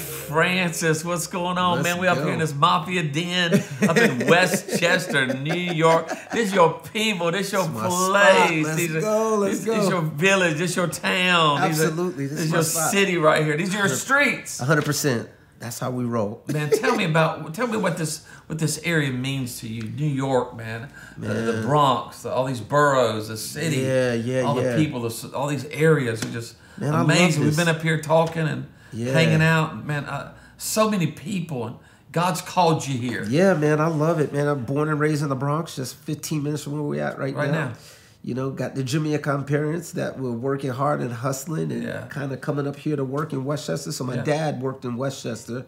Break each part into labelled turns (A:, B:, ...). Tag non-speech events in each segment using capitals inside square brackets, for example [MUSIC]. A: Francis. What's going on,
B: Let's
A: man? We up
B: go.
A: here in this mafia
B: [LAUGHS]
A: den up in Westchester, New York. This your people. This your
B: my spot.
A: place.
B: Let's
A: These are-
B: go, let's
A: this, This
B: go.
A: your village. This your town. These are-
B: Absolutely, this
A: This,
B: is
A: is
B: my
A: your
B: spot.
A: city right here. These are your streets.
B: 100%. That's how we roll.
A: Man, tell me about tell me what this what this area means to you. New York, man, The- The,
B: Man.
A: Bronx, the, all these boroughs, the city,
B: Yeah, yeah,
A: all
B: yeah.
A: the people, the, s- all these areas are just
B: Man, I love
A: amazing. We've
B: this.
A: been up here talking and
B: Yeah.
A: hanging out, man. I, so many people, and God's called you here.
B: Yeah, man, I love it, man. I'm born and raised in the Bronx, just 15 minutes from where we're at right,
A: Right
B: now.
A: now.
B: You know, got the Jamaican parents that were working hard and hustling and
A: Yeah.
B: kind of coming up here to work in Westchester. So my
A: Yeah.
B: dad worked in Westchester,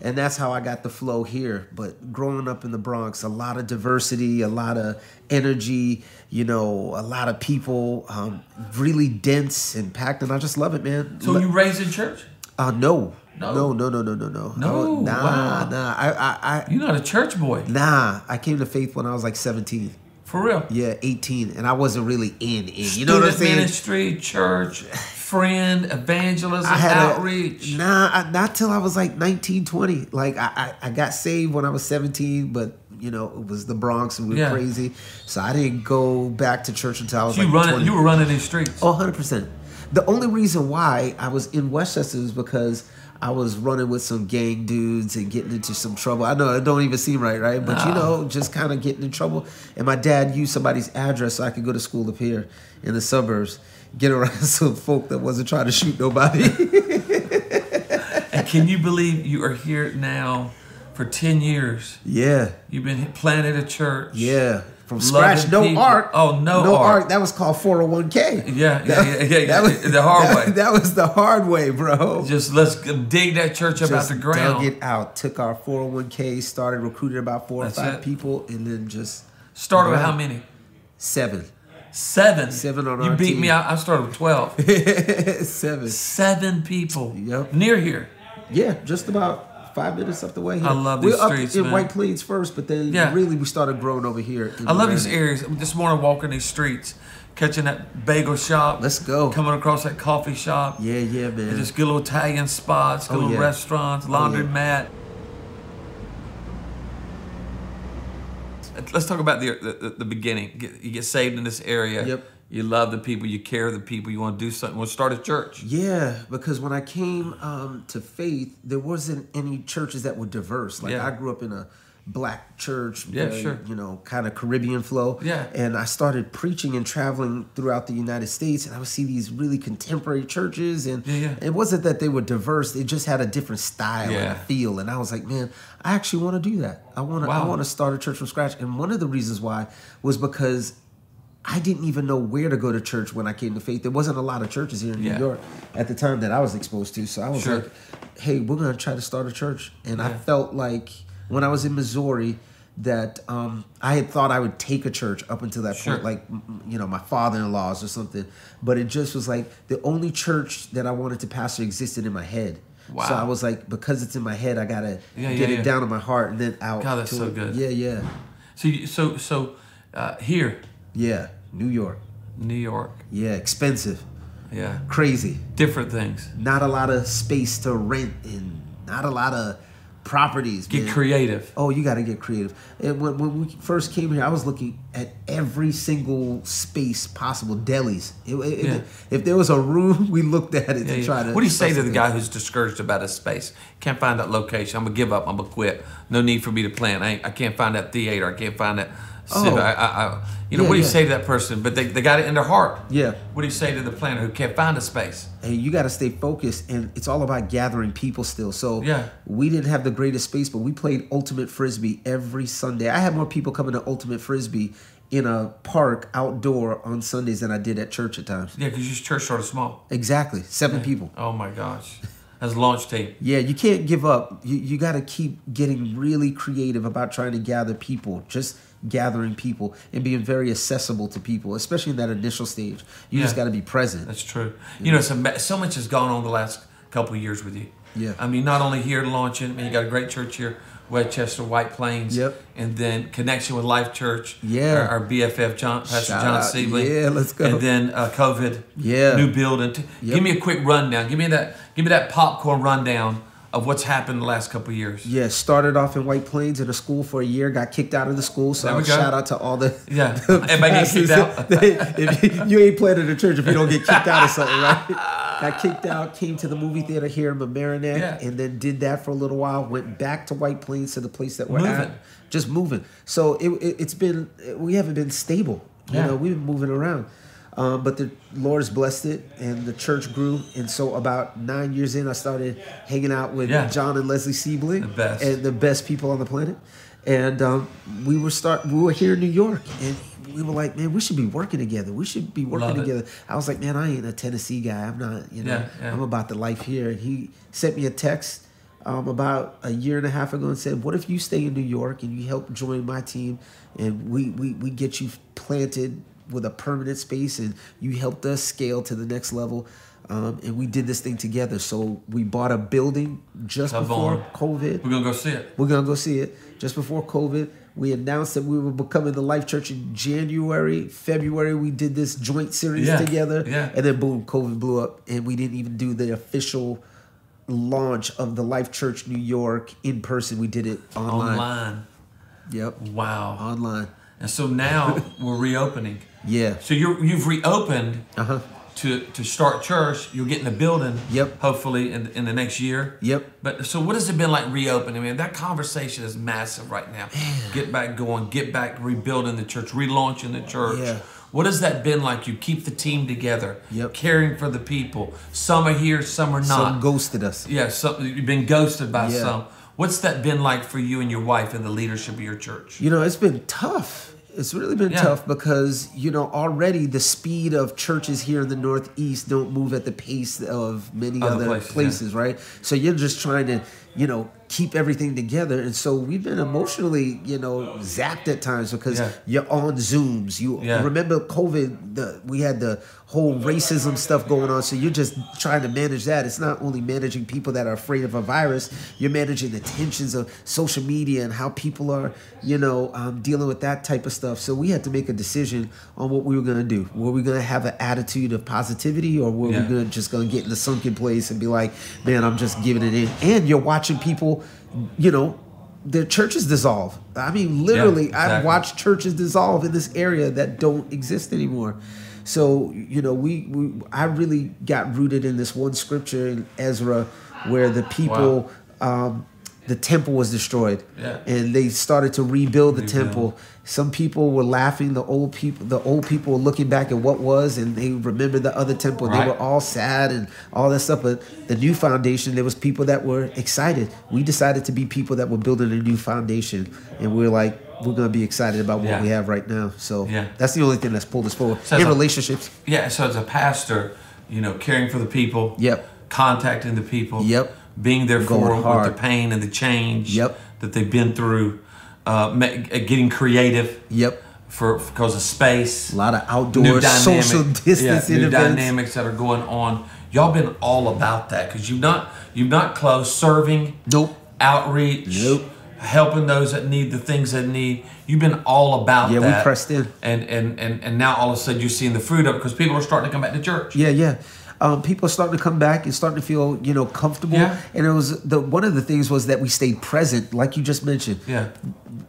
B: and that's how I got the flow here. But growing up in the Bronx, a lot of diversity, a lot of energy, you know, a lot of people, um, really dense and packed, and I just love it, man.
A: So
B: Le-
A: you raised in church?
B: uh, no.
A: No.
B: No, no, no, no, no, no.
A: No,
B: I- nah,
A: wow.
B: nah. I, I, I,
A: You're not a church boy,
B: Nah, I came to faith when I was like 17.
A: for real.
B: Yeah, 18, and I wasn't really in in. You know what I'm
A: Student
B: saying?
A: Ministry, church, friend, evangelism,
B: I had a-
A: outreach.
B: nah, I, not till I was like 19, 20. Like I, I, I got saved when I was 17, but you know it was the Bronx and we were
A: Yeah.
B: crazy, so I didn't go back to church until I was
A: you
B: like
A: running,
B: 20.
A: you were running these streets.
B: Oh, 100%. The only reason why I was in Westchester is because I was running with some gang dudes and getting into some trouble. I know it don't even seem right, right? But you know, just kind of getting in trouble. And my dad used somebody's address so I could go to school up here in the suburbs, get around [LAUGHS] some folk that wasn't trying to shoot nobody. [LAUGHS]
A: And can you believe you are here now for 10 years?
B: yeah,
A: You've been planted a church.
B: yeah. From
A: Loving
B: scratch, no
A: people.
B: arc.
A: Oh, no
B: no
A: arc.
B: arc. That was called 401k.
A: Yeah, yeah, yeah, yeah, yeah.
B: [LAUGHS] That was-
A: the hard
B: that-
A: way.
B: That was the hard way, bro.
A: Just let's g- dig that church up out
B: just
A: the ground.
B: dug it out. Took our 401k, started recruiting about four
A: That's
B: or five
A: it.
B: people, and then just
A: Started with
B: Right.
A: how many?
B: seven, [LAUGHS]
A: Seven.
B: Seven on
A: You
B: our
A: beat
B: team.
A: me out. I started with
B: [LAUGHS]
A: 12.
B: seven.
A: Seven people.
B: Yep.
A: Near here.
B: Yeah, just about five minutes up the way. Here.
A: I love
B: We're
A: these
B: up
A: streets,
B: in
A: man.
B: White Plains first, but then
A: Yeah.
B: really we started growing over here. in
A: I love these
B: Granite.
A: areas. This morning, walking these streets, catching that bagel shop.
B: Let's go.
A: Coming across that coffee shop.
B: Yeah, yeah, man.
A: Just good little Italian spots, good
B: Oh,
A: little
B: yeah.
A: restaurants, laundromat. Let's talk about the the, the beginning. Get- You get saved in this area.
B: Yep.
A: You love the people. You care of the people. You want to do something. Want to start a church.
B: Yeah, because when I came um, to faith, there wasn't any churches that were diverse. Like
A: Yeah.
B: I grew up in a black church,
A: Yeah,
B: very,
A: sure.
B: you know, kind of Caribbean flow.
A: Yeah.
B: and I started preaching and traveling throughout the United States, and I would see these really contemporary churches, and
A: Yeah, yeah.
B: it wasn't that they were diverse; they just had a different style
A: Yeah.
B: and a feel. And I was like, man, I actually want to do that. I want to,
A: Wow.
B: I want to start a church from scratch. And one of the reasons why was because. I didn't even know where to go to church when I came to faith. There wasn't a lot of churches here in New
A: Yeah.
B: York at the time that I was exposed to. So I was
A: Sure.
B: like, hey, we're gonna try to start a church. And I
A: Yeah.
B: felt like when I was in Missouri that um, I had thought I would take a church up until that
A: Sure.
B: point, like m- m- you know, my father-in-law's or something. But it just was like the only church that I wanted to pastor existed in my head.
A: Wow.
B: So I was like, because it's in my head, I gotta
A: Yeah,
B: get
A: yeah,
B: it
A: yeah.
B: down to my heart and then out.
A: God, that's
B: to
A: so
B: it.
A: good.
B: Yeah, yeah,
A: So you, so so uh, here,
B: yeah. New York,
A: New York.
B: yeah, expensive,
A: Yeah.
B: crazy.
A: Different things.
B: not a lot of space to rent and not a lot of properties.
A: Get
B: man.
A: creative.
B: Oh, you got to get creative. And when, when we first came here, I was looking at every single space possible delis. It- it-
A: Yeah.
B: If there was a room, [LAUGHS] we looked at it
A: Yeah,
B: to
A: yeah.
B: try to.
A: what do you say to the
B: suss it
A: guy
B: out.
A: who's discouraged about his space? Can't find that location. I'm gonna give up. I'm gonna quit. No need for me to plan. I, ain't- I can't find that theater. I can't find that. cinema. I, I, I, you know
B: Oh. Yeah,
A: what do you
B: yeah.
A: say to that person? But they, they got it in their heart.
B: Yeah.
A: What do you say to the planner who can't find a space?
B: hey, you got to stay focused, and it's all about gathering people still. So
A: Yeah.
B: we didn't have the greatest space, but we played ultimate frisbee every Sunday. I had more people coming to ultimate frisbee in a park outdoor on Sundays than I did at church at times.
A: Yeah, because your church started small.
B: Exactly, seven people.
A: Oh my gosh, that's a launch team.
B: Yeah, you can't give up. You you got to keep getting really creative about trying to gather people, just gathering people and being very accessible to people, especially in that initial stage. You just
A: Yeah.
B: got to be present.
A: That's true. You know, some, so much has gone on the last couple of years with you.
B: Yeah.
A: I mean, not only here launching, I mean, you got a great church here, Westchester, White Plains.
B: Yep.
A: And then connection with Life Church.
B: Yeah.
A: Our, our BFF, John, Pastor
B: Shout
A: John
B: out.
A: Siebling.
B: Yeah, let's go.
A: And then uh, COVID.
B: Yeah.
A: New building. T-
B: Yep.
A: Give me a quick rundown. Give me that. Give me that popcorn rundown of what's happened the last couple of years.
B: Yeah, started off in White Plains in a school for a year, got kicked out of the school. So
A: There we
B: I'll
A: go.
B: shout out to all the [LAUGHS]
A: Yeah. Everybody get kicked out.
B: if you, you ain't playing in the church if you don't get kicked out of something, right? Got kicked out, came to the movie theater here in Mamaroneck,
A: Yeah.
B: and then did that for a little while. Went back to White Plains to the place that we're
A: Moving.
B: at, just moving. So it, it, it's been we haven't been stable. You
A: Yeah.
B: know, we've been moving around. Um, but the Lord has blessed it, and the church grew. And so, about nine years in, I started hanging out with
A: Yeah.
B: John and Leslie Siebling,
A: The best.
B: and the best people on the planet. And um, we were start we were here in New York, and we were like, man, we should be working together. We should be working
A: Love it.
B: together. I was like, man, I ain't a Tennessee guy. I'm not, you know,
A: Yeah, yeah.
B: I'm about the life here. And he sent me a text um, about a year and a half ago and said, what if you stay in New York and you help join my team, and we we we get you planted with a permanent space, and you helped us scale to the next level. Um, and we did this thing together. So we bought a building just
A: Come
B: before
A: on.
B: COVID.
A: We're gonna go see it.
B: We're gonna go see it. Just before COVID, we announced that we were becoming the Life Church in January, February. We did this joint series
A: Yeah,
B: together,
A: yeah.
B: and then boom, COVID blew up, and we didn't even do the official launch of the Life Church New York in person. We did it online.
A: Online.
B: Yep,
A: Wow.
B: online.
A: And so
B: [LAUGHS]
A: now we're reopening.
B: Yeah.
A: So you're, you've reopened
B: Uh huh.
A: to to start church. You'll get in the building.
B: Yep.
A: Hopefully in in the next year.
B: Yep.
A: But so what has it been like reopening? Man, that conversation is massive right now. Get back going. Get back rebuilding the church. Relaunching the church.
B: Yeah.
A: What has that been like? You keep the team together.
B: Yep.
A: Caring for the people. Some are here. Some are not.
B: Some ghosted us.
A: yeah. Some you've been ghosted by
B: Yeah.
A: some. What's that been like for you and your wife and the leadership of your church?
B: You know, it's been tough. It's really been
A: Yeah.
B: tough because you know already the speed of churches here in the Northeast don't move at the pace of many
A: Other
B: other
A: places,
B: places,
A: yeah.
B: right? So you're just trying to you know keep everything together, and so we've been emotionally you know zapped at times because
A: Yeah.
B: you're on Zooms. You
A: Yeah.
B: remember COVID? The, we had the whole racism stuff going on, so you're just trying to manage that. It's not only managing people that are afraid of a virus; you're managing the tensions of social media and how people are, you know, um, dealing with that type of stuff. So we had to make a decision on what we were going to do. Were we going to have an attitude of positivity, or were
A: Yeah.
B: we going to just going to get in the sunken place and be like, "Man, I'm just giving it in"? And you're watching people, you know. Their churches dissolve. I mean, literally, I've
A: exactly.
B: watched watch churches dissolve in this area that don't exist anymore. So you know, we, we I really got rooted in this one scripture in Ezra, where the people, um, the temple was destroyed,
A: Yeah.
B: and they started to rebuild the temple. Some people were laughing. The old people, the old people were looking back at what was, and they remembered the other temple.
A: Right.
B: They were all sad and all that stuff. But the new foundation, there was people that were excited. We decided to be people that were building a new foundation, and we are like, we're gonna be excited about what
A: Yeah.
B: we have right now. So
A: Yeah.
B: that's the only thing that's pulled us forward
A: So
B: in
A: the-
B: relationships.
A: Yeah, so as a pastor, you know, caring for the people.
B: Yep.
A: Contacting the people.
B: Yep.
A: Being there for
B: Going
A: them with
B: hard.
A: the pain and the change.
B: Yep.
A: That they've been through. Uh, ma- getting creative.
B: Yep,
A: For because of space.
B: a lot of outdoor
A: dynamic-
B: social distancing
A: new
B: events.
A: dynamics that are going on. Y'all been all about that because you've not you've not closed serving.
B: Nope.
A: Outreach.
B: Nope.
A: Helping those that need the things that need. You've been all about
B: Yeah, we
A: that.
B: pressed in.
A: And and and and now all of a sudden you're seeing the fruit of because people are starting to come back to church.
B: Yeah, yeah. Um, people are starting to come back and starting to feel, you know, comfortable.
A: Yeah.
B: And it was the one of the things was that we stayed present, like you just mentioned.
A: Yeah.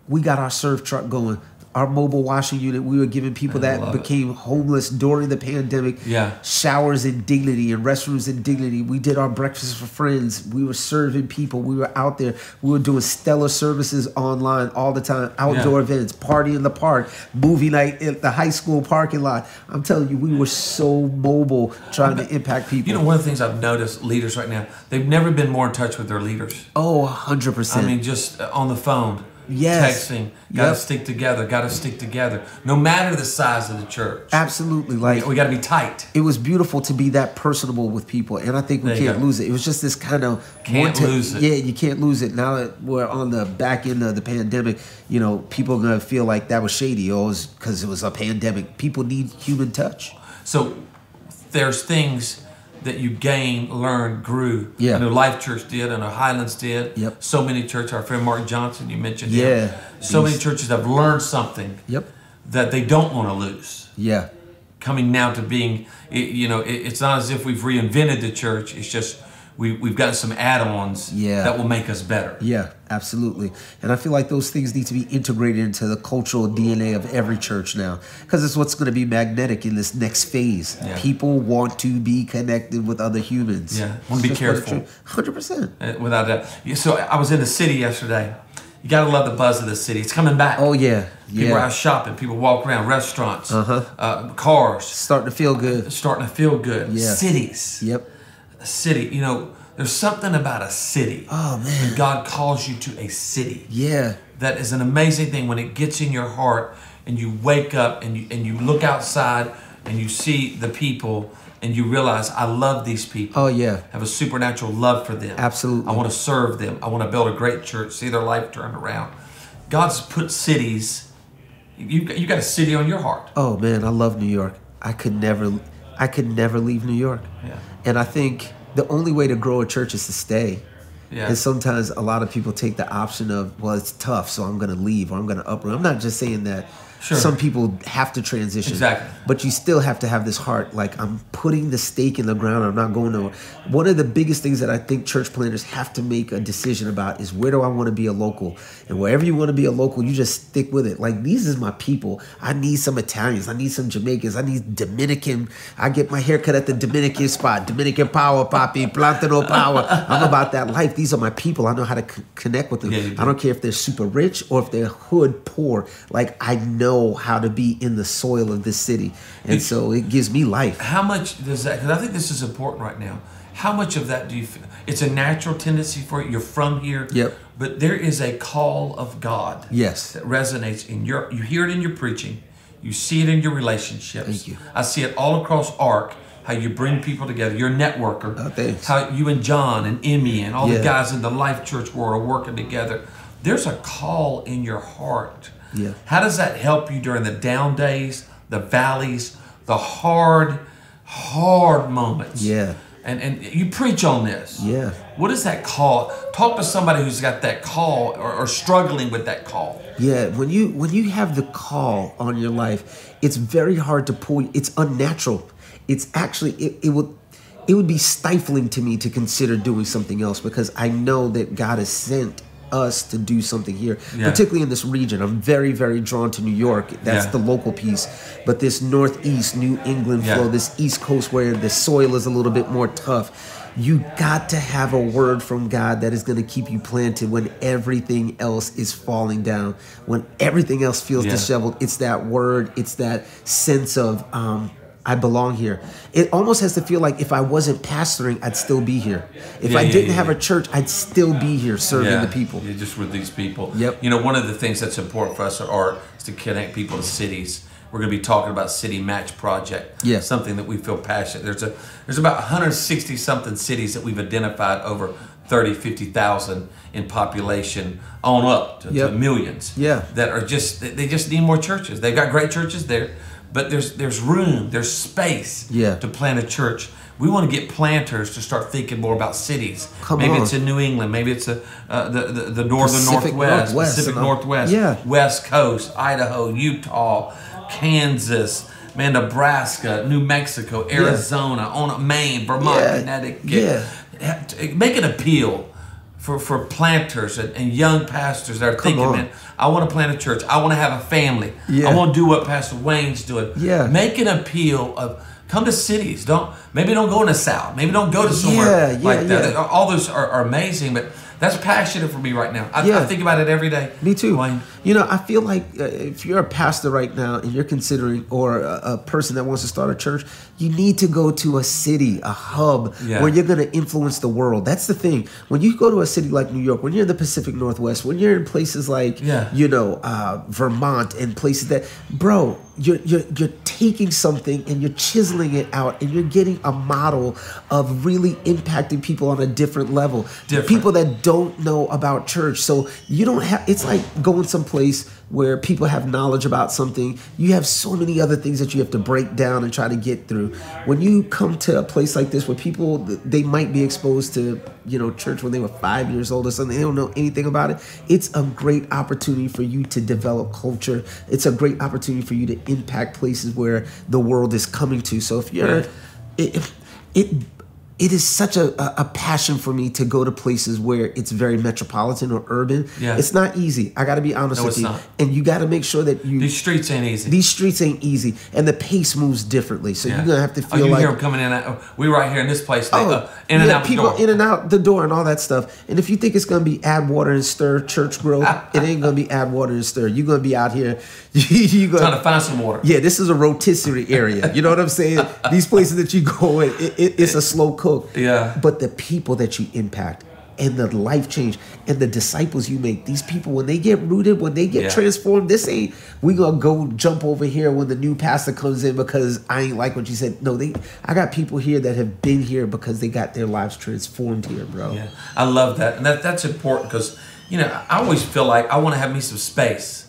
B: we got our serve truck going. Our mobile washing unit, we were giving people that
A: love it.
B: became homeless during the pandemic
A: Yeah.
B: showers in dignity and restrooms in dignity. We did our breakfast for friends. We were serving people. We were out there. We were doing stellar services online all the time, outdoor
A: Yeah.
B: events, party in the park, movie night at the high school parking lot. I'm telling you, we were so mobile trying to impact people.
A: You know, one of the things I've noticed leaders right now, they've never been more in touch with their leaders.
B: oh, 100%.
A: I mean, just uh, on the phone,
B: Yes.
A: texting, gotta
B: Yep.
A: stick together, gotta stick together, no matter the size of the church.
B: absolutely. Like,
A: We gotta be tight.
B: it was beautiful to be that personable with people, and I think we
A: There you
B: can't
A: go.
B: lose it. It was just this kind of
A: Can't
B: want to-
A: lose it.
B: Yeah, you can't lose it. Now that we're on the back end of the pandemic, you know, people are gonna feel like that was shady, or because it was a pandemic. People need human touch.
A: So there's things that you gain, learn, grew.
B: Yeah.
A: I know Life Church did, I know Highlands did.
B: Yep.
A: So many churches, our friend Mark Johnson, you mentioned
B: Yeah.
A: him. So many churches have learned something
B: Yep.
A: that they don't want to lose.
B: Yeah.
A: coming now to being, it- you know, it- it's not as if we've reinvented the church. It's just we, we've got some add-ons
B: Yeah.
A: that will make us better.
B: Yeah, absolutely. And I feel like those things need to be integrated into the cultural DNA of every church now because it's what's going to be magnetic in this next phase.
A: Yeah.
B: People want to be connected with other humans.
A: Yeah, wanna be
B: Just what it's
A: careful.
B: true. 100%.
A: Uh, Without that, so I was in the city yesterday. You gotta love the buzz of the city. It's coming back.
B: Oh, yeah.
A: people are
B: Yeah. Uh-huh.
A: out shopping. People walk around restaurants, uh, cars.
B: Starting to feel good.
A: Starting to feel good.
B: Yeah.
A: Cities,
B: Yep.
A: a city. You know, there's something about a city.
B: Oh, man.
A: When God calls you to a city,
B: Yeah.
A: that is an amazing thing when it gets in your heart and you wake up and you and you look outside and you see the people and you realize I love these people.
B: Oh, yeah.
A: have a supernatural love for them.
B: Absolutely.
A: I want to serve them. I want to build a great church, see their life turn around. God's put cities. You you got a city on your heart.
B: Oh man, I love New York. I could never, I could never leave New York.
A: Yeah.
B: And I think the only way to grow a church is to stay.
A: Yeah.
B: And sometimes a lot of people take the option of, well, it's tough, so I'm going to leave or I'm going to uproot. I'm not just saying that.
A: Sure.
B: Some people have to transition.
A: Exactly.
B: But you still have to have this heart. Like, I'm putting the stake in the ground. I'm not going nowhere. One of the biggest things that I think church planters have to make a decision about is where do I want to be a local? And wherever you want to be a local, you just stick with it. Like, these is my people. I need some Italians. I need some Jamaicans. I need Dominican. I get my haircut at the Dominican spot. Dominican power, papi. Plantano power. I'm about that life. These are my people. I know how to c- connect with them.
A: Yeah, you do.
B: I don't care if they're super rich or if they're hood poor. Like, I know how to be in the soil of this city. And
A: It's-
B: so it gives me life.
A: How much does that? Because I think this is important right now. How much of that do you feel? It's a natural tendency for you. You're from here.
B: Yep.
A: But there is a call of God.
B: Yes.
A: That resonates in your. You hear it in your preaching. You see it in your relationships.
B: Thank you.
A: I see it all across Arc. How you bring people together. You're a networker.
B: Oh, thanks.
A: How you and John and Emmy and all
B: Yeah.
A: the guys in the Life Church world are working together. There's a call in your heart.
B: Yeah.
A: How does that help you during the down days, the valleys, the hard, hard moments?
B: Yeah.
A: And and you preach on this.
B: Yeah.
A: What is that call? Talk to somebody who's got that call or, or struggling with that call.
B: Yeah, when you when you have the call on your life, it's very hard to pull. It's unnatural. It's actually it, it will it would be stifling to me to consider doing something else because I know that God has sent us to do something here,
A: Yeah.
B: particularly in this region. I'm very very drawn to New York. That's
A: Yeah.
B: the local piece, but this Northeast New England
A: Yeah.
B: flow, this East Coast where the soil is a little bit more tough. You got to have a word from God that is going to keep you planted when everything else is falling down, when everything else feels
A: Yeah.
B: disheveled. It's that word, it's that sense of, um, I belong here. It almost has to feel like if I wasn't pastoring, I'd still be here. If
A: Yeah,
B: I
A: yeah,
B: didn't
A: yeah,
B: have
A: yeah.
B: a church, I'd still be here serving the people.
A: You're just with these people.
B: Yep.
A: You know, one of the things that's important for us at Art is to connect people to cities. We're going to be talking about City Match Project.
B: Yeah.
A: Something that we feel passionate. There's a there's about 160 something cities that we've identified over 30, 50,000 in population on up to, to
B: Yep.
A: millions.
B: Yeah.
A: That are just they- they just need more churches. They've got great churches there, but there's there's room, there's space
B: Yeah.
A: to plant a church. We want to get planters to start thinking more about cities.
B: Come
A: Maybe
B: on.
A: it's in New England. Maybe it's a, uh, the, the the northern
B: Pacific
A: northwest,
B: Northwest,
A: Pacific
B: and all-
A: Northwest,
B: Yeah.
A: West Coast, Idaho, Utah, Kansas, man, Nebraska, New Mexico, Arizona, on Maine, Vermont,
B: Yeah.
A: Connecticut. Yeah. Make an appeal for, for planters and, and young pastors that are thinking,
B: on.
A: man, I want to plant a church. I want to have a family. I
B: Yeah.
A: want to do what Pastor Wayne's doing.
B: Yeah.
A: Make an appeal of come to cities. Don't maybe don't go in the south. Maybe don't go to somewhere
B: Yeah, yeah,
A: like that.
B: yeah.
A: All those are, are amazing, but that's passionate for me right now. I, I
B: Yeah.
A: think about it every day.
B: Me too.
A: Wayne.
B: You know, I feel like uh, if you're a pastor right now and you're considering, or a, a person that wants to start a church, you need to go to a city, a hub
A: Yeah.
B: where you're going to influence the world. That's the thing. When you go to a city like New York, when you're in the Pacific Northwest, when you're in places like,
A: Yeah.
B: you know, uh, Vermont and places that, bro, you're, you're you're taking something and you're chiseling it out and you're getting a model of really impacting people on a different level.
A: Different.
B: People people that don't know about church. So you don't have. It's like going someplace where people have knowledge about something. You have so many other things that you have to break down and try to get through. When you come to a place like this, where people they might be exposed to you know church when they were five years old or something, they don't know anything about it. It's a great opportunity for you to develop culture. It's a great opportunity for you to impact places where the world is coming to. So if you're
A: Yeah.
B: it, it it is such a, a, a passion for me to go to places where it's very metropolitan or urban.
A: Yeah.
B: It's not easy. I got to be honest
A: No,
B: with
A: it's
B: you.
A: not.
B: And you got to make sure that you
A: These
B: these,
A: streets ain't easy.
B: streets ain't easy, and the pace moves differently. So
A: Yeah.
B: you're gonna have to
A: Oh, you
B: feel like Oh,
A: hear them coming in. uh, We right here in this place. They, uh, in and
B: yeah,
A: out the
B: people
A: door.
B: in and out the door and all that stuff. And if you think it's gonna be add water and stir church growth, it ain't gonna be add water and stir. You're gonna be out here. [LAUGHS] you gonna
A: trying to find some water.
B: yeah, this is a rotisserie area. You know what
A: [LAUGHS]
B: I'm saying? These places that you go in, it, it, it's a slow cook.
A: Yeah.
B: But the people that you impact and the life change and the disciples you make, these people, when they get rooted, when they get
A: Yeah.
B: transformed, this ain't, we gonna go jump over here when the new pastor comes in because I ain't like what you said. No, they, I got people here that have been here because they got their lives transformed here, bro.
A: Yeah, I love that, and that that's important because you know I always feel like I want to have me some space.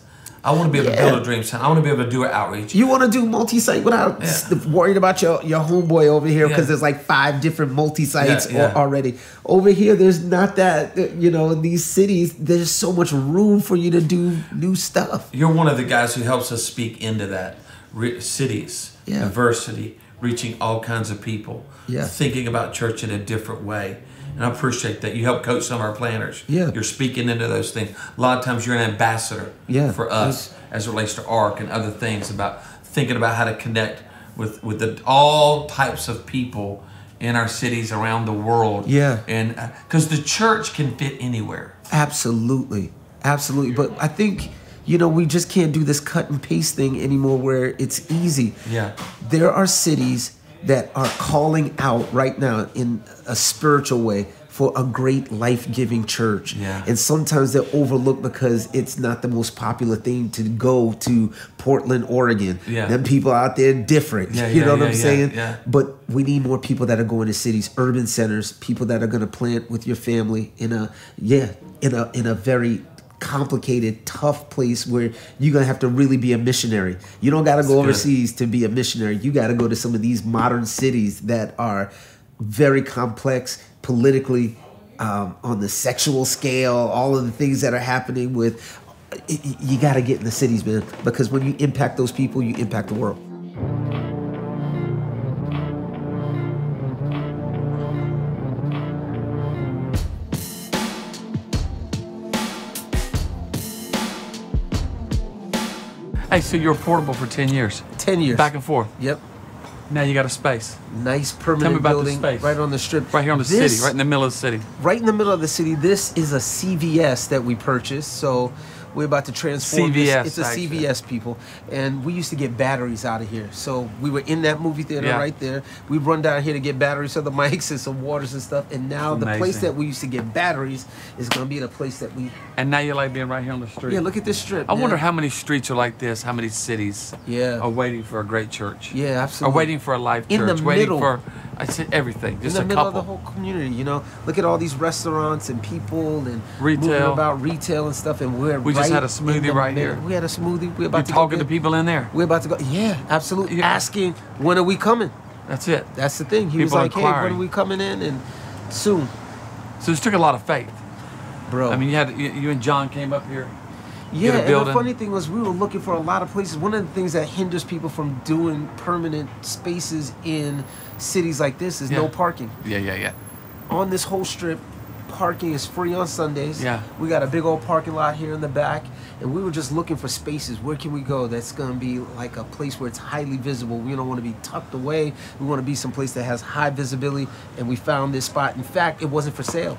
A: I want to be able
B: Yeah.
A: to build a dream town. I want to be able to do an outreach.
B: You want to do multi-site without
A: Yeah.
B: s- worrying about your, your homeboy over here because
A: Yeah.
B: there's like five different multi-sites
A: Yeah, yeah.
B: al- already. Over here, there's not that. uh, You know, in these cities, there's so much room for you to do new stuff.
A: You're one of the guys who helps us speak into that Re- cities,
B: Yeah.
A: diversity, reaching all kinds of people,
B: Yeah.
A: thinking about church in a different way. And I appreciate that. You help coach some of our planners.
B: Yeah.
A: You're speaking into those things. A lot of times you're an ambassador
B: Yeah.
A: for us as it relates to ARC and other things about thinking about how to connect with, with the, all types of people in our cities around the world.
B: Yeah.
A: And because the church can fit anywhere.
B: Absolutely, absolutely. But I think you know we just can't do this cut and paste thing anymore, where it's easy.
A: Yeah.
B: there are cities that are calling out right now in a spiritual way for a great life-giving church
A: Yeah.
B: and sometimes they're overlooked because it's not the most popular thing to go to portland oregon
A: Yeah.
B: them people out there different
A: Yeah,
B: you
A: yeah,
B: know what
A: yeah,
B: i'm
A: yeah,
B: saying
A: yeah.
B: but we need more people that are going to cities urban centers people that are going to plant with your family in a yeah in a in a very complicated tough place where you're going to have to really be a missionary you don't got to go
A: good.
B: overseas to be a missionary you got to go to some of these modern cities that are very complex politically um, on the sexual scale all of the things that are happening with y- y- you got to get in the cities man because when you impact those people you impact the world
C: Hey, so you were portable for 10 years,
B: 10 years
C: back and forth.
B: yep
C: Now you got a space
B: nice permanent
C: about this
B: building
C: space.
B: right on the strip
C: right here on the
B: This-
C: city, right in the middle of the city.
B: right in the middle of the city this is a cvs that we purchased so we're about to transform
C: CVS,
B: this. it's a
C: actually.
B: cvs people and we used to get batteries out of here so we were in that movie theater
C: Yeah.
B: right there we run down here to get batteries for the [LAUGHS] mics and some waters and stuff and now the place
C: Amazing.
B: that we used to get batteries is going to be the place that we
C: And now you like being right here on the street.
B: yeah look at this strip
C: I
B: man.
C: wonder how Oh. many streets are like this, how many cities
B: Yeah.
C: are waiting for a great church.
B: Yeah,
C: Are
B: absolutely.
C: waiting for a life church,
B: In the
C: waiting
B: middle.
C: for I said everything, just
B: in the
C: a
B: middle
C: couple.
B: of the whole community. You know, look at all these restaurants and people and moving
C: Retail.
B: about retail and stuff. And we're
C: We just
B: right
C: had a
B: in
C: smoothie
B: the
C: right
B: middle.
C: here.
B: We had a smoothie. We're about
C: You're
B: to
C: talking
B: go
C: to
B: get-
C: people in there.
B: We're about to go. Yeah, absolutely.
C: Yeah.
B: Asking when are we coming?
C: That's it.
B: That's the thing. He was
C: People
B: like, hey, when
C: inquiring.
B: are we coming in? And soon,
C: So this took a lot of faith.
B: bro.
C: I mean, you had you, you and John came up here.
B: Yeah,
C: a
B: and the
C: building.
B: funny thing was we were looking for a lot of places. One of the things that hinders people from doing permanent spaces in cities like this is no
C: Yeah.
B: parking.
C: Yeah, yeah, yeah.
B: on this whole strip, parking is free on Sundays.
C: Yeah.
B: We got a big old parking lot here in the back, and we were just looking for spaces. Where can we go that's going to be like a place where it's highly visible? We don't want to be tucked away. We want to be someplace that has high visibility, and we found this spot. In fact, it wasn't for sale.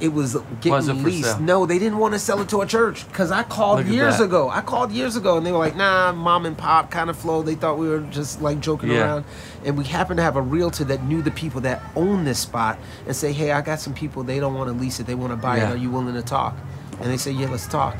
B: It was getting
C: Wasn't for
B: leased.
C: sale.
B: No, they didn't want to sell it to a church because I called
C: Look at
B: years
C: that.
B: ago. I called years ago, and they were like, "Nah, mom and pop kind of flow." They thought we were just like joking
C: Yeah.
B: around and we happen to have a realtor that knew the people that own this spot and say, hey, I got some people, they don't want to lease it, they want to buy
C: Yeah.
B: it. Are you willing to talk? And they say, yeah, let's talk.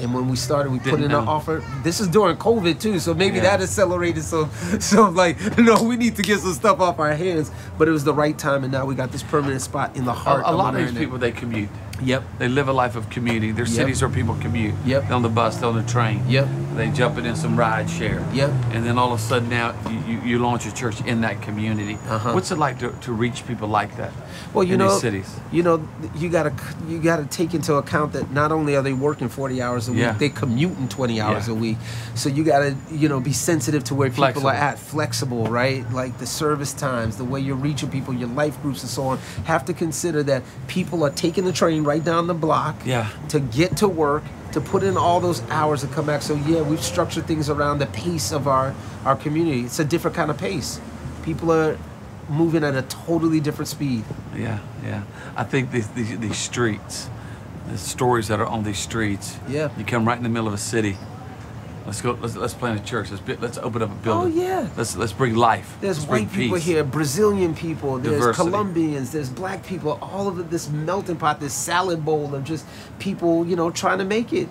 B: And when we started, we put
C: Didn't
B: in an
C: know.
B: offer. This is during COVID too, so maybe
C: Yeah.
B: that accelerated some. [LAUGHS] So I'm like, [LAUGHS] no, we need to get some stuff off our hands. But it was the right time, and now we got this permanent spot in the heart.
C: A, a
B: of
C: lot of these
B: Monterey.
C: people they commute.
B: Yep.
C: They live a life of commuting. Their cities where people commute.
B: Yep.
C: They're on the bus, they're on the train.
B: Yep.
C: They jumping in some ride share.
B: Yep.
C: And then all of a sudden now you, you, you launch a church in that community.
B: Uh-huh.
C: What's it like to, to reach people like that?
B: Well, you
C: in
B: know,
C: these cities.
B: you know, you gotta you gotta take into account that not only are they working forty hours a week,
C: Yeah.
B: they commuting twenty hours
C: Yeah.
B: a week. So you gotta you know be sensitive to where people
C: Flexible.
B: are at, flexible, right? Like the service times, the way you're reaching people, your life groups, and so on. Have to consider that people are taking the train right down the block
C: Yeah.
B: to get to work, to put in all those hours and come back. So yeah, we've structured things around the pace of our our community. It's a different kind of pace. People are moving at a totally different speed.
C: Yeah, yeah. I think these, these, these streets, the stories that are on these streets.
B: Yeah.
C: You come right in the middle of a city. Let's go. Let's let's plant a church. Let's bu- let's open up a building.
B: Oh, yeah.
C: Let's let's bring life.
B: There's
C: let's bring
B: white people
C: peace.
B: here, Brazilian people, there's
C: Diversity.
B: Colombians, there's black people, all of this melting pot, this salad bowl of just people, you know, trying to make it.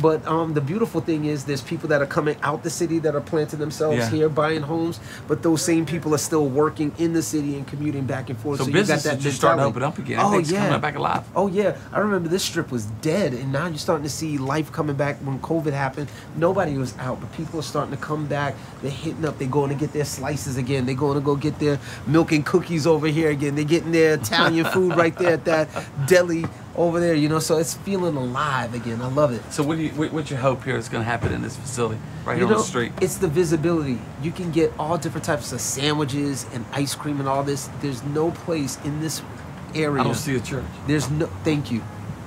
B: But um, the beautiful thing is, there's people that are coming out the city that are planting themselves
C: Yeah.
B: here, buying homes. But those same people are still working in the city and commuting back and forth.
C: So,
B: you got
C: businesses
B: that
C: just starting to
B: mentality.
C: open up again. Oh, Everything's coming back alive.
B: Oh yeah, I remember this strip was dead, and now you're starting to see life coming back. When COVID happened, nobody was out, but people are starting to come back. They're hitting up. They're going to get their slices again. They're going to go get their milk and cookies over here again. They're getting their
C: [LAUGHS]
B: Italian food right there at that deli over there. You know, so it's feeling alive again. I love it.
C: So what do you what, what's your hope here that's going to happen in this facility right
B: You
C: here on
B: know,
C: the street?
B: It's the visibility. You can get all different types of sandwiches and ice cream and all this. There's no place in this area.
C: I don't see a church.
B: There's no thank you.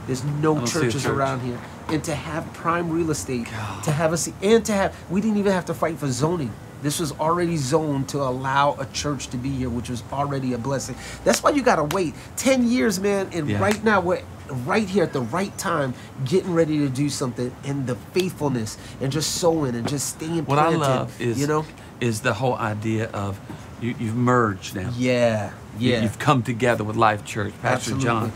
B: There's
C: I
B: no
C: don't see a
B: churches
C: church.
B: around here, and to have prime real estate, to have a se- and to have we didn't even have to fight for zoning. This was already zoned to allow a church to be here, which was already a blessing. That's why you gotta wait ten years, man. And
C: Yeah.
B: right now we're right here at the right time, getting ready to do something, and the faithfulness, and just sowing, and just staying planted.
C: What I love is
B: you know,
C: is the whole idea of you, you've merged now.
B: yeah,
C: You-
B: yeah,
C: You've come together with Life Church, Pastor
B: Absolutely.
C: John,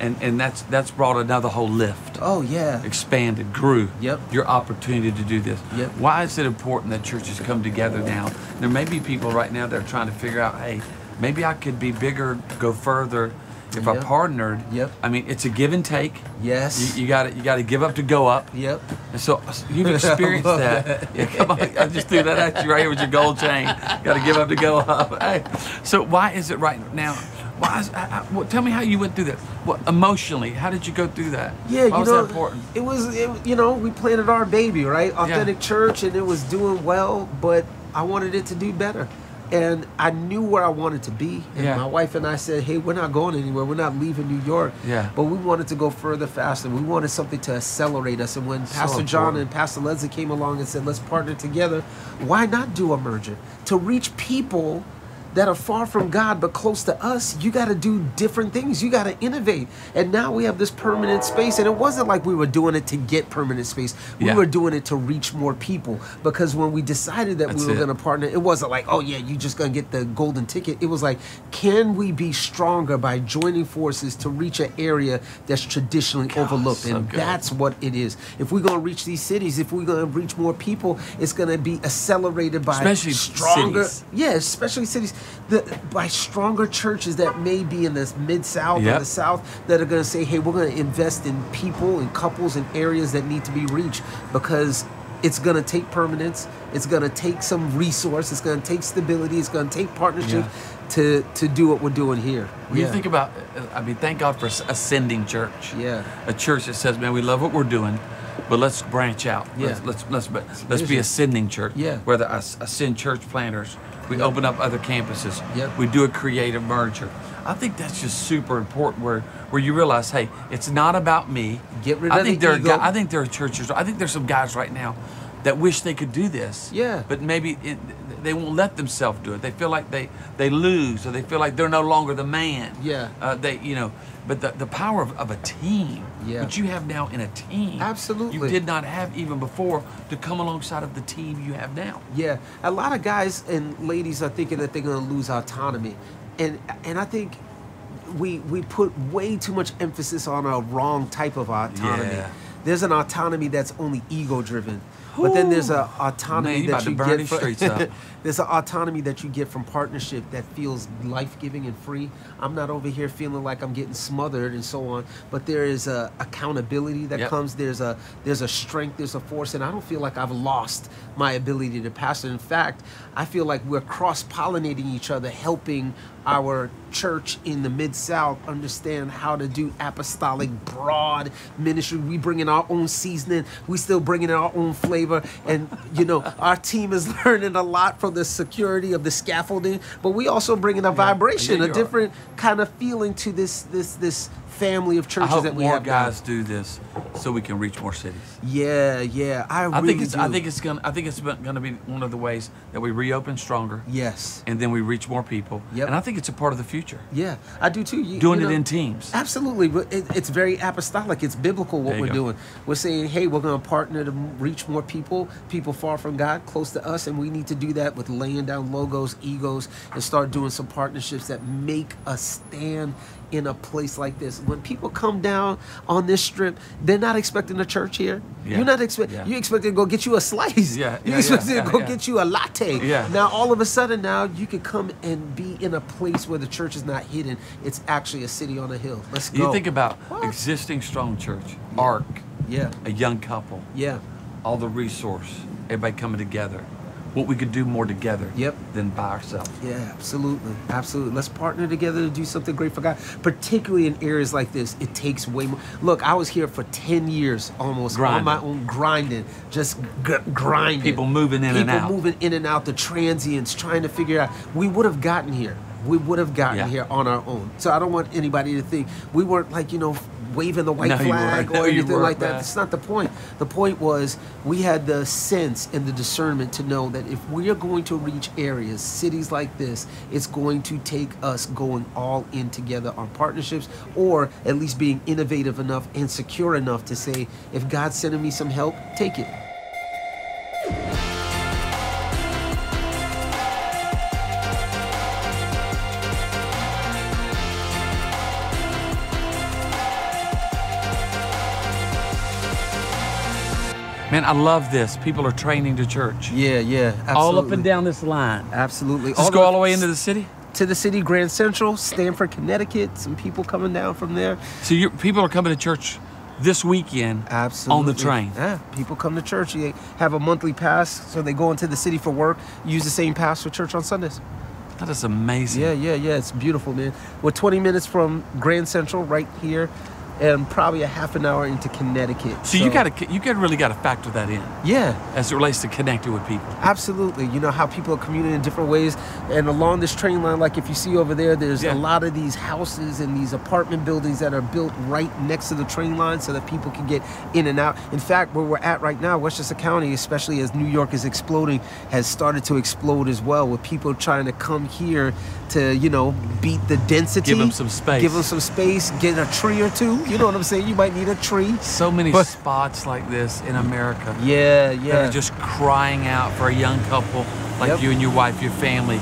C: and and that's that's brought another whole lift.
B: oh yeah,
C: expanded, grew.
B: Yep.
C: Your opportunity to do this.
B: Yep.
C: Why is it important that churches come together now? There may be people right now that are trying to figure out, hey, maybe I could be bigger, go further if I
B: Yep.
C: partnered.
B: Yep.
C: I mean, it's a give and take.
B: yes,
C: You, you got to you got to give up to go up.
B: yep,
C: And so uh,
B: [LAUGHS]
C: you've experienced
B: love
C: that. [LAUGHS] Yeah, come on, I just threw that at you right here with your gold chain. Got to give up to go up. [LAUGHS] Hey, so why is it right now? Why is, I, I, well, tell me how you went through that. What emotionally? How did you go through that?
B: Yeah,
C: why
B: you
C: was
B: know,
C: that important?
B: it was it, you know we planted our baby right, authentic church, and it was doing well, but I wanted it to do better, and I knew where I wanted to be, and
C: Yeah.
B: my wife and I said, hey, we're not going anywhere, we're not leaving New York,
C: Yeah.
B: but we wanted to go further faster, we wanted something to accelerate us, and when Pastor John
C: important.
B: and Pastor Leslie came along and said, let's partner together, why not do a merger to reach people? that are far from God but close to us, you got to do different things. You got to innovate. And now we have this permanent space. And it wasn't like we were doing it to get permanent space, we
C: Yeah.
B: were doing it to reach more people. Because when we decided that
C: That's
B: we were
C: it.
B: going to partner, it wasn't like, oh, yeah, you just going to get the golden ticket. It was like, can we be stronger by joining forces to reach an area that's traditionally overlooked?
C: so
B: and
C: good.
B: that's what it is. If we're going to reach these cities, if we're going to reach more people, it's going to be accelerated by
C: Especially
B: stronger.
C: cities.
B: Yeah, especially cities that by stronger churches that may be in this mid south or
C: Yep.
B: the south that are going to say, "Hey, we're going to invest in people and couples and areas that need to be reached because it's going to take permanence, it's going to take some resource, it's going to take stability, it's going to take partnership
C: Yeah.
B: to to do what we're doing here."
C: When
B: Yeah.
C: you think about, I mean, thank God for a sending church.
B: Yeah.
C: A church that says, man, we love what we're doing, but let's branch out.
B: Yeah.
C: Let's let's let's, be-
B: a
C: let's be
B: vision.
C: a sending church.
B: Yeah.
C: Whether I, s- I send church planters, we open up other campuses.
B: Yeah.
C: We do a creative merger. I think that's just super important. Where where you realize, hey, it's not about me.
B: Get rid
C: I
B: of
C: think
B: the
C: there
B: ego.
C: Are, gu- I think there are churches. I think there's some guys right now that wish they could do this.
B: Yeah.
C: But maybe it, they won't let themselves do it. They feel like they they lose, or they feel like they're no longer the man.
B: Yeah.
C: Uh, they, you know, but the, the power of, of a team,
B: Yeah.
C: which you have now in a team,
B: Absolutely.
C: you did not have even before to come alongside of the team you have now.
B: Yeah, a lot of guys and ladies are thinking that they're going to lose autonomy, and and I think we we put way too much emphasis on a wrong type of autonomy.
C: Yeah.
B: There's an autonomy that's only ego driven. But then there's an
C: Man,
B: autonomy
C: you about
B: that
C: to
B: you
C: burn
B: get
C: these
B: from, [LAUGHS]
C: streets up.
B: there's an autonomy that you get from partnership that feels life giving and free. I'm not over here feeling like I'm getting smothered and so on. But there is a accountability that
C: Yep.
B: comes. There's a there's a strength. There's a force, and I don't feel like I've lost my ability to pastor. In fact, I feel like we're cross pollinating each other, helping our church in the mid south understand how to do apostolic broad ministry. We bring in our own seasoning. We still bring in our own flavor, and you know [LAUGHS] our team is [LAUGHS] learning a lot from the security of the scaffolding, but we also bring in a vibration,
C: Yeah,
B: a
C: you are.
B: different kind of feeling to this this this family of
C: I
B: churches
C: hope
B: that we
C: more
B: have now.
C: guys do this so we can reach more cities.
B: Yeah, yeah. I,
C: I
B: really
C: think it's
B: do.
C: I think it's gonna I think it's been- gonna be one of the ways that we reopen stronger
B: yes.
C: and then we reach more people.
B: Yep.
C: And I think it's a part of the future.
B: Yeah, I do too. You,
C: Doing
B: you
C: it
B: know-
C: in teams.
B: Absolutely, but it, it's very apostolic. It's biblical what
C: There you
B: we're
C: go.
B: doing. We're saying, hey, we're going to partner to m- reach more people, people far from God, close to us, and we need to do that with laying down logos, egos, and start doing some partnerships that make us stand in a place like this. When people come down on this strip, they're not expecting a church here.
C: Yeah.
B: You're not expect.
C: Yeah.
B: You expecting to go get you a slice.
C: Yeah,
B: You
C: yeah,
B: expecting
C: yeah,
B: to
C: yeah,
B: go
C: [LAUGHS] yeah.
B: get you a latte.
C: Yeah.
B: Now all of a sudden now you can come and be in a place where the church is not hidden. It's actually a city on a hill. Let's go.
C: You think about
B: What?
C: existing strong church, ARC,
B: Yeah.
C: a young couple,
B: Yeah.
C: all the resource, everybody coming together. What we could do more together
B: Yep.
C: than by ourselves.
B: Yeah, absolutely. Absolutely. Let's partner together to do something great for God, particularly in areas like this. It takes way more. Look, I was here for 10 years almost on
C: Grinding.
B: my own, grinding, just gr- grinding.
C: People moving in and out.
B: People moving in and out, the transients trying to figure out. We would have gotten here. We would have gotten
C: Yeah.
B: here on our own. So I don't want anybody to think we weren't like, you know, waving the white
C: No, you
B: flag
C: weren't. No,
B: or
C: you
B: anything
C: weren't,
B: like that.
C: man.
B: It's not the point. The point was we had the sense and the discernment to know that if we are going to reach areas, cities like this, it's going to take us going all in together on partnerships or at least being innovative enough and secure enough to say, if God's sending me some help, take it.
C: Man, I love this. People are training to church.
B: Yeah, yeah. Absolutely.
C: All up and down this line.
B: Absolutely.
C: Does this go all the way into the city?
B: to the city, Grand Central, Stamford, Connecticut. Some people coming down from there.
C: So you people are coming to church this weekend
B: Absolutely.
C: on the train.
B: Yeah, people come to church. They have a monthly pass, so they go into the city for work, use the same pass for church on Sundays.
C: That is amazing.
B: Yeah, yeah, yeah. It's beautiful, man. We're 20 minutes from Grand Central right here, and probably a half an hour into Connecticut.
C: So, you gotta you gotta really gotta factor that in
B: Yeah,
C: as it relates to connecting with people.
B: Absolutely. You know how people are commuting in different ways. And along this train line, like if you see over there, there's a
C: Yeah.
B: lot of these houses and these apartment buildings that are built right next to the train line so that people can get in and out. In fact, where we're at right now, Westchester County, especially as New York is exploding, has started to explode as well with people trying to come here to, you know, beat the density.
C: Give 'em some space.
B: Give them some space. Get a tree or two. You know what I'm saying? You might need a tree.
C: So many
B: But-
C: spots like this in America
B: Yeah,
C: that
B: yeah.
C: are just crying out for a young couple like
B: Yep.
C: you and your wife, your family.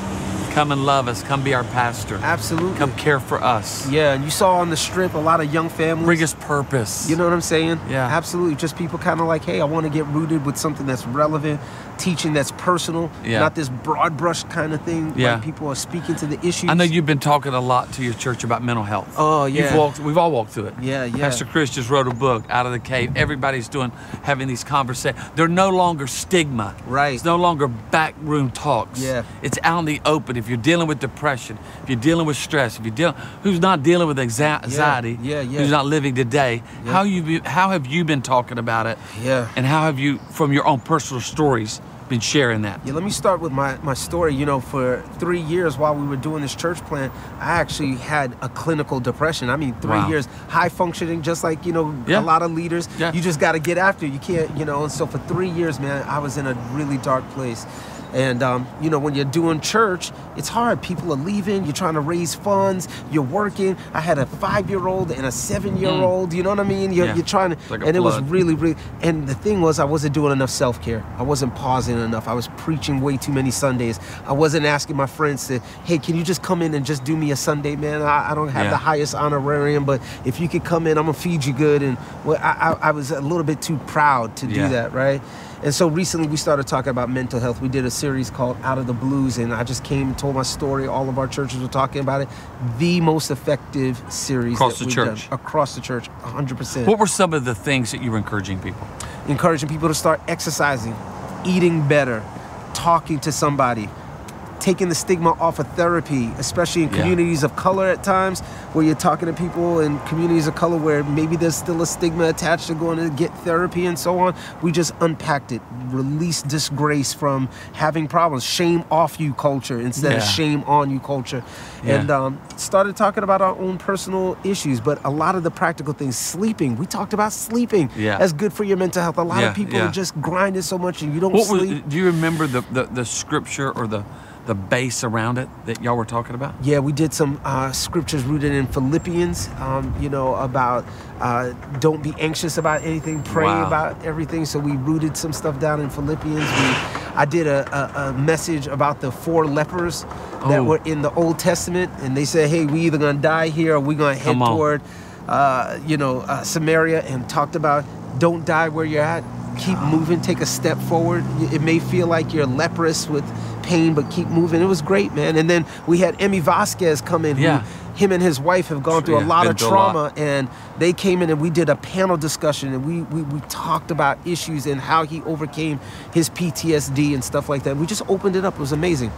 C: Come and love us. Come be our pastor.
B: Absolutely.
C: Come care for us.
B: Yeah, and you saw on the strip a lot of young families.
C: Bring us purpose.
B: You know what I'm saying?
C: Yeah.
B: Absolutely. Just people kind of like, hey, I want to get rooted with something that's relevant, teaching that's personal,
C: Yeah.
B: not this broad brush kind of thing.
C: Yeah.
B: Like people are speaking to the issues.
C: I know you've been talking a lot to your church about mental health.
B: Oh, yeah.
C: You've walked, we've all walked through it.
B: Yeah, yeah.
C: Pastor Chris just wrote a book, Out of the Cave. Everybody's doing, having these conversations. They're no longer stigma.
B: Right.
C: It's no longer backroom talks.
B: Yeah.
C: It's out in the open. If you're dealing with depression, if you're dealing with stress, if you're dealing, who's not dealing with exa- anxiety,
B: yeah, yeah.
C: who's not living today,
B: Yeah.
C: how you be, how have you been talking about it?
B: Yeah.
C: And how have you, from your own personal stories, been sharing that?
B: Yeah, let me start with my, my story. You know, for three years while we were doing this church plan, I actually had a clinical depression. I mean, three
C: Wow.
B: years, high functioning, just like, you know,
C: Yeah.
B: a lot of leaders.
C: Yeah.
B: You just got to get after it. You can't, you know. And so for three years, man, I was in a really dark place. And, um, you know, when you're doing church, it's hard. People are leaving. You're trying to raise funds. You're working. I had a five year old and a seven year old. You know what I mean? You're,
C: Mm. Yeah.
B: you're trying to.
C: It's like a
B: and it was
C: flood.
B: really, really. And the thing was, I wasn't doing enough self care. I wasn't pausing enough. I was preaching way too many Sundays. I wasn't asking my friends to, hey, can you just come in and just do me a Sunday, man? I, I don't have
C: Yeah.
B: the highest honorarium, but if you could come in, I'm gonna feed you good. And well, I, I, I was a little bit too proud to do
C: Yeah.
B: that, right? And so recently we started talking about mental health. We did a series called Out of the Blues, and I just came and told my story. All of our churches were talking about it. The most effective series
C: Across
B: that
C: the
B: we've
C: church.
B: done. across the church, 100%.
C: What were some of the things that you were encouraging people?
B: encouraging people to start exercising, eating better, talking to somebody, taking the stigma off of therapy, especially in
C: Yeah.
B: communities of color at times where you're talking to people in communities of color where maybe there's still a stigma attached to going to get therapy and so on. We just unpacked it, release disgrace from having problems, shame off you culture instead of
C: Yeah.
B: shame on you culture.
C: Yeah.
B: And um, started talking about our own personal issues, but a lot of the practical things, sleeping, we talked about sleeping
C: Yeah.
B: as good for your mental health. A lot
C: Yeah,
B: of people
C: yeah.
B: are just grinding so much and you don't
C: What was,
B: sleep.
C: do you remember the, the, the scripture or the, the base around it that y'all were talking about?
B: Yeah, we did some uh, scriptures rooted in Philippians, um, you know, about uh, don't be anxious about anything, pray
C: Wow.
B: about everything. So we rooted some stuff down in Philippians. We, I did a, a, a message about the four lepers that
C: Oh.
B: were in the Old Testament, and they said, hey, we either gonna die here or we gonna head
C: Come on.
B: toward, uh, you know, uh, Samaria, and talked about don't die where you're at. Keep moving, take a step forward. Y- It may feel like you're leprous with pain, but keep moving. It was great, man. And then we had Emmy Vasquez come in. who-
C: Yeah.
B: him and his wife have gone through a
C: Yeah,
B: lot
C: been
B: of
C: through a lot.
B: trauma, and they came in and we did a panel discussion, and we, we we talked about issues and how he overcame his PTSD and stuff like that. We just opened it up. It was amazing.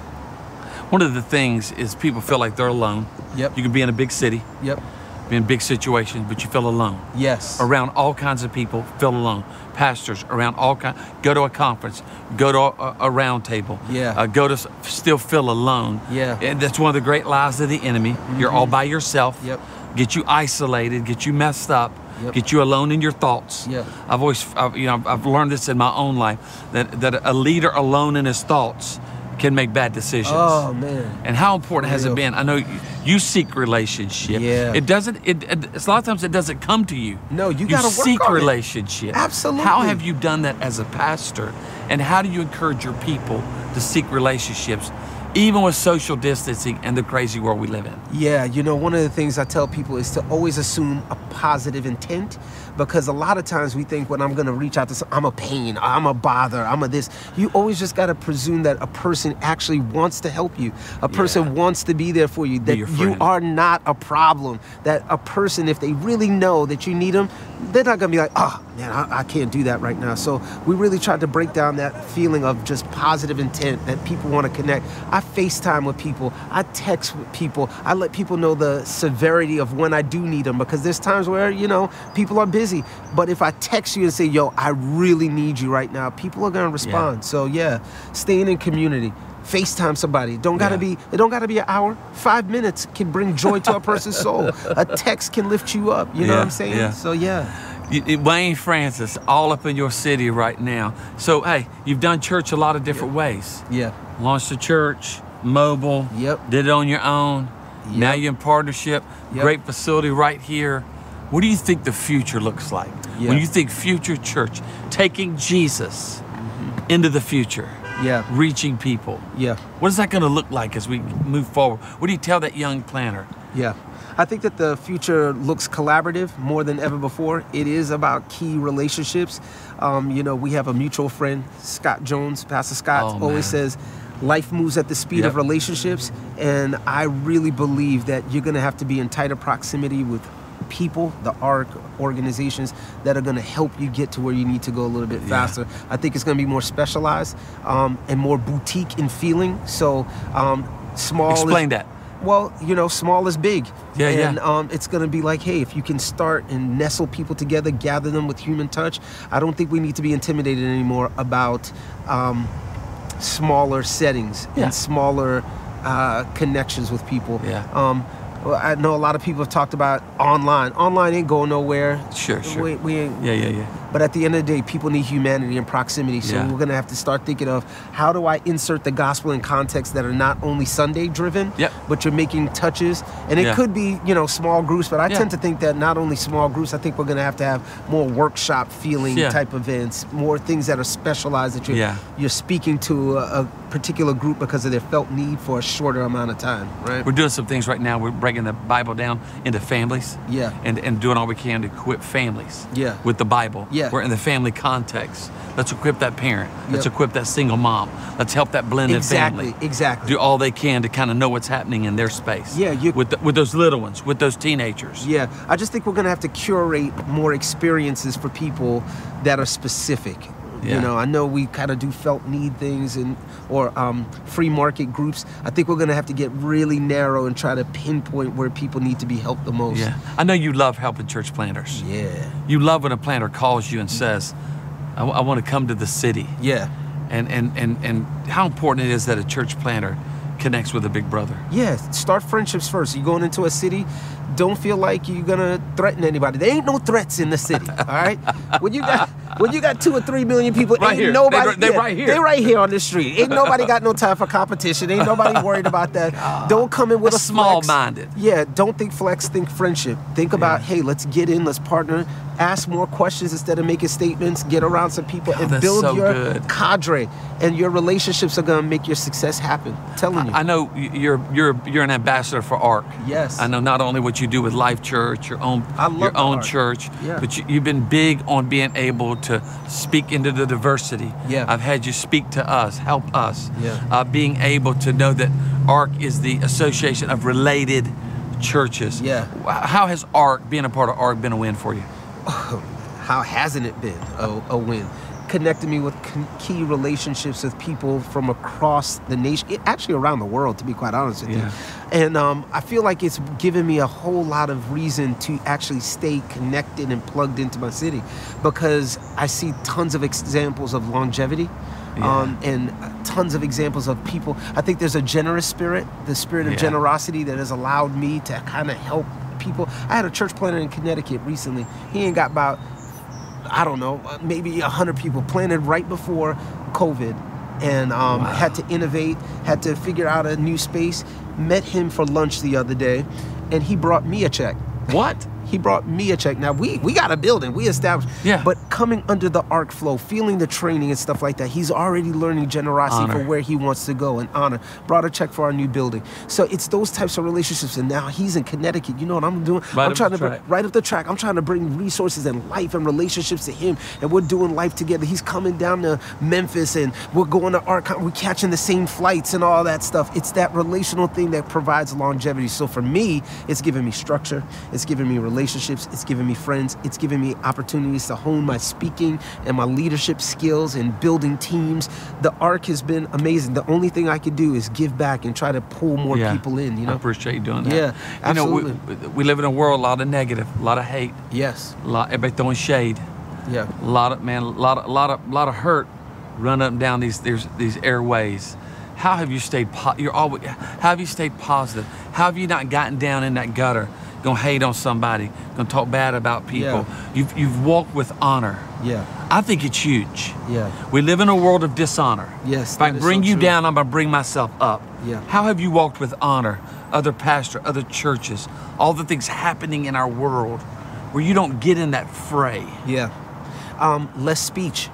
C: One of the things is people feel like they're alone.
B: Yep.
C: You can be in a big city,
B: Yep.
C: be in big situations, but you feel alone.
B: Yes.
C: Around all kinds of people, feel alone. Pastors around all kind. Go to a conference. Go to a, a round table.
B: Yeah.
C: Uh, go to s- still feel alone.
B: Yeah. Mm-hmm.
C: And that's one of the great lies of the enemy. You're all by yourself.
B: Yep.
C: Get you isolated. Get you messed up.
B: Yep.
C: Get you alone in your thoughts.
B: Yep.
C: I've always, I've, you know, I've- I've learned this in my own life that that a leader alone in his thoughts can make bad decisions.
B: Oh man.
C: And how important has it
B: Real.
C: been? I know you, you seek relationship.
B: Yeah.
C: It doesn't. It, it it's a lot of times it doesn't come to you.
B: No, you
C: you
B: gotta work
C: seek
B: on it.
C: relationship.
B: Absolutely.
C: How have you done that as a pastor? And how do you encourage your people to seek relationships, even with social distancing and the crazy world we live in?
B: Yeah, you know, one of the things I tell people is to always assume a positive intent because a lot of times we think when I'm going to reach out to some, I'm a pain, I'm a bother, I'm a this. You always just got to presume that a person actually wants to help you. A person
C: Yeah.
B: wants to be there for you, that
C: your
B: you
C: friend.
B: are not a problem, that a person, if they really know that you need them, they're not going to be like, oh, man, I, I can't do that right now. So we really tried to break down that feeling of just positive intent that people want to connect. I FaceTime with people. I text with people. I let people know the severity of when I do need them because there's times where, you know, people are busy. But if I text you and say, yo, I really need you right now, people are going to respond. So yeah, staying in community. FaceTime somebody. Don't gotta
C: Yeah.
B: be it don't gotta be an hour. Five minutes can bring joy to a person's soul. A text can lift you up. You know what I'm
C: Yeah,
B: saying?
C: yeah.
B: So yeah.
C: You- you- Wayne Francis, all up in your city right now. So hey, you've done church a lot of different ways.
B: Yeah.
C: launched a church, mobile.
B: Yep.
C: Did it on your own. Now
B: Yep.
C: you're in partnership.
B: Yep.
C: Great facility right here. What do you think the future looks like?
B: Yeah.
C: When you think future church, taking Jesus into the future,
B: Yeah.
C: reaching people.
B: Yeah.
C: What is that going to look like as we move forward? What do you tell that young planner?
B: Yeah. I think that the future looks collaborative more than ever before. It is about key relationships. Um, you know, we have a mutual friend, Scott Jones, Pastor Scott,
C: Oh,
B: always
C: man.
B: says, life moves at the speed of
C: Yep.
B: relationships. And I really believe that you're going to have to be in tighter proximity with people, the ARC organizations that are going to help you get to where you need to go a little bit faster. I think it's going to be more specialized um, and more boutique in feeling. So, um, small. is-
C: Explain that.
B: well, you know, small is big.
C: Yeah, yeah.
B: and, Um, it's gonna be like, hey, if you can start and nestle people together, gather them with human touch. I don't think we need to be intimidated anymore about um, smaller settings
C: Yeah.
B: and smaller uh, connections with people.
C: Yeah.
B: Um, well, I know a lot of people have talked about online. Online ain't going nowhere.
C: Sure, sure.
B: We, we ain't,
C: Yeah, yeah, yeah.
B: but at the end of the day, people need humanity and proximity. So
C: Yeah.
B: we're going to have to start thinking of how do I insert the gospel in contexts that are not only Sunday driven,
C: Yep.
B: but you're making touches. And it
C: Yeah.
B: could be, you know, small groups, but I
C: Yeah.
B: tend to think that not only small groups, I think we're going to have to have more workshop feeling
C: Yeah.
B: type events, more things that are specialized that you're,
C: Yeah.
B: you're speaking to a, a particular group because of their felt need for a shorter amount of time, right?
C: We're doing some things right now. We're breaking the Bible down into families.
B: Yeah.
C: And and doing all we can to equip families.
B: Yeah.
C: With the Bible.
B: Yeah.
C: We're in the family context. Let's equip that parent. Let's
B: Yep.
C: equip that single mom. Let's help that blended
B: Exactly,
C: family.
B: exactly.
C: Do all they can to kind of know what's happening in their space.
B: Yeah, you-
C: with the, with those little ones, with those teenagers.
B: Yeah, I just think we're gonna have to curate more experiences for people that are specific.
C: Yeah.
B: You know, I know we kind of do felt need things and or um, free market groups. I think we're gonna have to get really narrow and try to pinpoint where people need to be helped the most.
C: Yeah. I know you love helping church planters.
B: Yeah.
C: You love when a planter calls you and says, I, want to come to the city.
B: Yeah.
C: And, and, and, and how important it is that a church planter connects with a big brother.
B: Yeah. Start friendships first. You're going into a city. Don't feel like you're gonna threaten anybody. There ain't no threats in the
C: [LAUGHS]
B: city. All right. When you got when you got two or three million people,
C: Right
B: ain't
C: here. They
B: nobody.
C: right- they right here.
B: They right here on the street. Ain't nobody got no time for competition. Ain't
C: [LAUGHS]
B: nobody worried about that. Don't come in with
C: That's
B: a flex.
C: small-minded.
B: Yeah. Don't think flex. Think friendship. Think about hey, let's get in. Let's partner. Ask more questions instead of making statements. Get around some people and
C: that's
B: build
C: so
B: your
C: good.
B: cadre. And your relationships are gonna make your success happen. telling you.
C: I know y- you're you're you're an ambassador for ARC.
B: Yes.
C: I know not only what you do with Life Church, your own
B: I love
C: your
B: the
C: own
B: ARC.
C: church,
B: Yeah.
C: but you, you've been big on being able to speak into the diversity.
B: Yeah.
C: I've had you speak to us, help us.
B: Yeah.
C: Uh, being able to know that ARC is the association of related churches.
B: Yeah.
C: Wh- How has ARC being a part of ARC been a win for you?
B: how hasn't it been a, a win? Connecting me with con- key relationships with people from across the nation, it- actually around the world, to be quite honest with
C: Yeah.
B: you. And um, I feel like it's given me a whole lot of reason to actually stay connected and plugged into my city because I see tons of examples of longevity. Um, and tons of examples of people. I think there's a generous spirit, the spirit of
C: Yeah.
B: generosity that has allowed me to kind of help people. I had a church planter in Connecticut recently. He ain't got about I don't know, uh, maybe 100 people planted right before COVID and um, had to innovate, had to figure out a new space. Met him for lunch the other day and he brought me a check.
C: What?
B: He brought me a check. Now we we got a building, we established.
C: Yeah.
B: But coming under the arc flow, feeling the training and stuff like that, he's already learning generosity
C: Honor.
B: for where he wants to go and honor. Brought a check for our new building. So it's those types of relationships. And now he's in Connecticut. You know what I'm doing?
C: Right
B: I'm
C: up
B: trying
C: the
B: to br-
C: track.
B: right up the track. I'm trying to bring resources and life and relationships to him, and we're doing life together. He's coming down to Memphis, and we're going to Arcon. We're catching the same flights and all that stuff. It's that relational thing that provides longevity. So for me, it's giving me structure. It's giving me relationships. It's giving me friends. It's giving me opportunities to hone my speaking and my leadership skills and building teams. The arc has been amazing. The only thing I could do is give back and try to pull more people in. You
C: I
B: know.
C: appreciate you doing that.
B: Yeah,
C: You know, we,
B: absolutely.
C: we live in a world a lot of negative, a lot of hate,
B: Yes.
C: a lot everybody throwing shade.
B: Yeah.
C: a lot of man, a lot of, lot of, lot of hurt run up and down these there's these airways. How have you stayed? Po- you're always. How have you stayed positive? How have you not gotten down in that gutter? Gonna hate on somebody. Gonna talk bad about people.
B: Yeah.
C: You've you've walked with honor.
B: Yeah.
C: I think it's huge.
B: Yeah.
C: We live in a world of dishonor.
B: Yes,
C: If I
B: that is
C: bring
B: so
C: you
B: true.
C: down, I'm gonna bring myself up.
B: Yeah.
C: How have you walked with honor? Other pastor, other churches, all the things happening in our world, where you don't get in that fray.
B: Yeah. Um, less speech.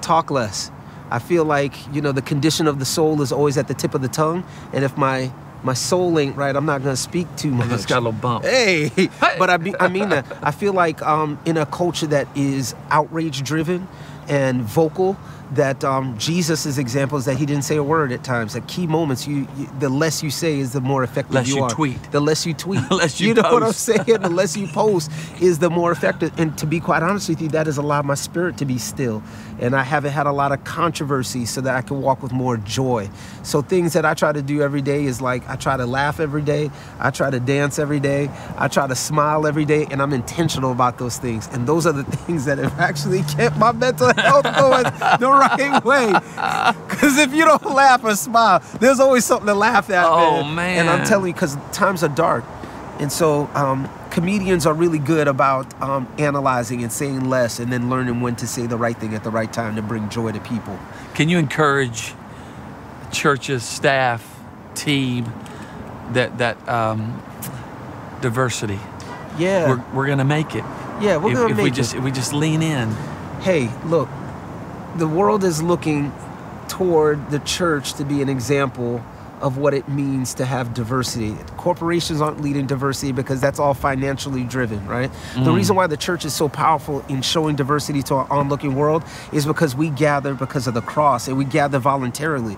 B: Talk less. I feel like, you know, the condition of the soul is always at the tip of the tongue. And if my my soul ain't right, I'm not gonna speak too much.
C: It's got a little bump.
B: Hey, but I mean, I mean that. I feel like um, in a culture that is outrage driven and vocal, that um, Jesus' examples that he didn't say a word at times. At key moments, you, you the less you say is the more effective
C: Less
B: you,
C: you
B: are.
C: tweet.
B: The less you
C: [LAUGHS]
B: tweet.
C: The less you
B: know what I'm
C: post.
B: saying?
C: [LAUGHS]
B: The less you post is the more effective. And to be quite honest with you, that has allowed my spirit to be still. And I haven't had a lot of controversy so that I can walk with more joy. So things that I try to do every day is like I try to laugh every day, I try to dance every day, I try to smile every day, and I'm intentional about those things. And those are the [LAUGHS] things that have actually kept my mental health going the right way. [LAUGHS] Because if you don't laugh or smile, there's always something to laugh at.
C: Oh,
B: And I'm
C: man.
B: telling because times are dark, and so um, comedians are really good about um, analyzing and saying less, and then learning when to say the right thing at the right time to bring joy to people.
C: Can you encourage churches, staff, team that that um, diversity?
B: Yeah,
C: We're, we're gonna make it.
B: yeah, we're
C: if,
B: gonna
C: if
B: make
C: we
B: it.
C: just if we just lean in.
B: hey, look, the world is looking toward the church to be an example of what it means to have diversity. Corporations aren't leading diversity because that's all financially driven, right? The reason why the church is so powerful in showing diversity to our onlooking world is because we gather because of the cross and we gather voluntarily.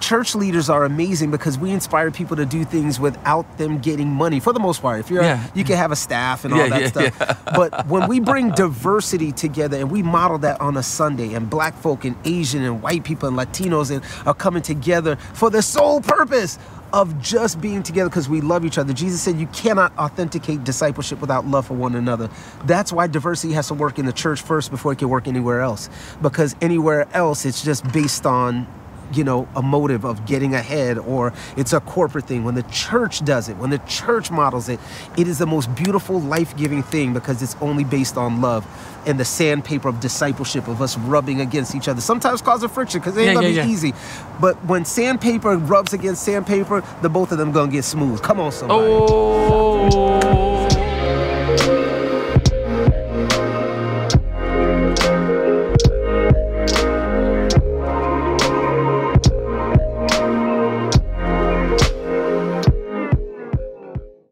B: Church leaders are amazing because we inspire people to do things without them getting money for the most part. If you're,
C: Yeah.
B: you can have a staff and all
C: Yeah,
B: that
C: yeah, [LAUGHS]
B: stuff. But when we bring diversity together and we model that on a Sunday, and black folk and Asian and white people and Latinos and are coming together for the sole purpose of just being together because we love each other. Jesus said you cannot authenticate discipleship without love for one another. That's why diversity has to work in the church first before it can work anywhere else. Because anywhere else, it's just based on you know, a motive of getting ahead or it's a corporate thing. When the church does it, when the church models it, it is the most beautiful, life giving thing because it's only based on love and the sandpaper of discipleship, of us rubbing against each other, sometimes causing friction because it ain't
C: Yeah,
B: gonna
C: yeah,
B: be
C: yeah.
B: easy. But when sandpaper rubs against sandpaper, the both of them gonna get smooth. Come on, somebody.
C: Oh.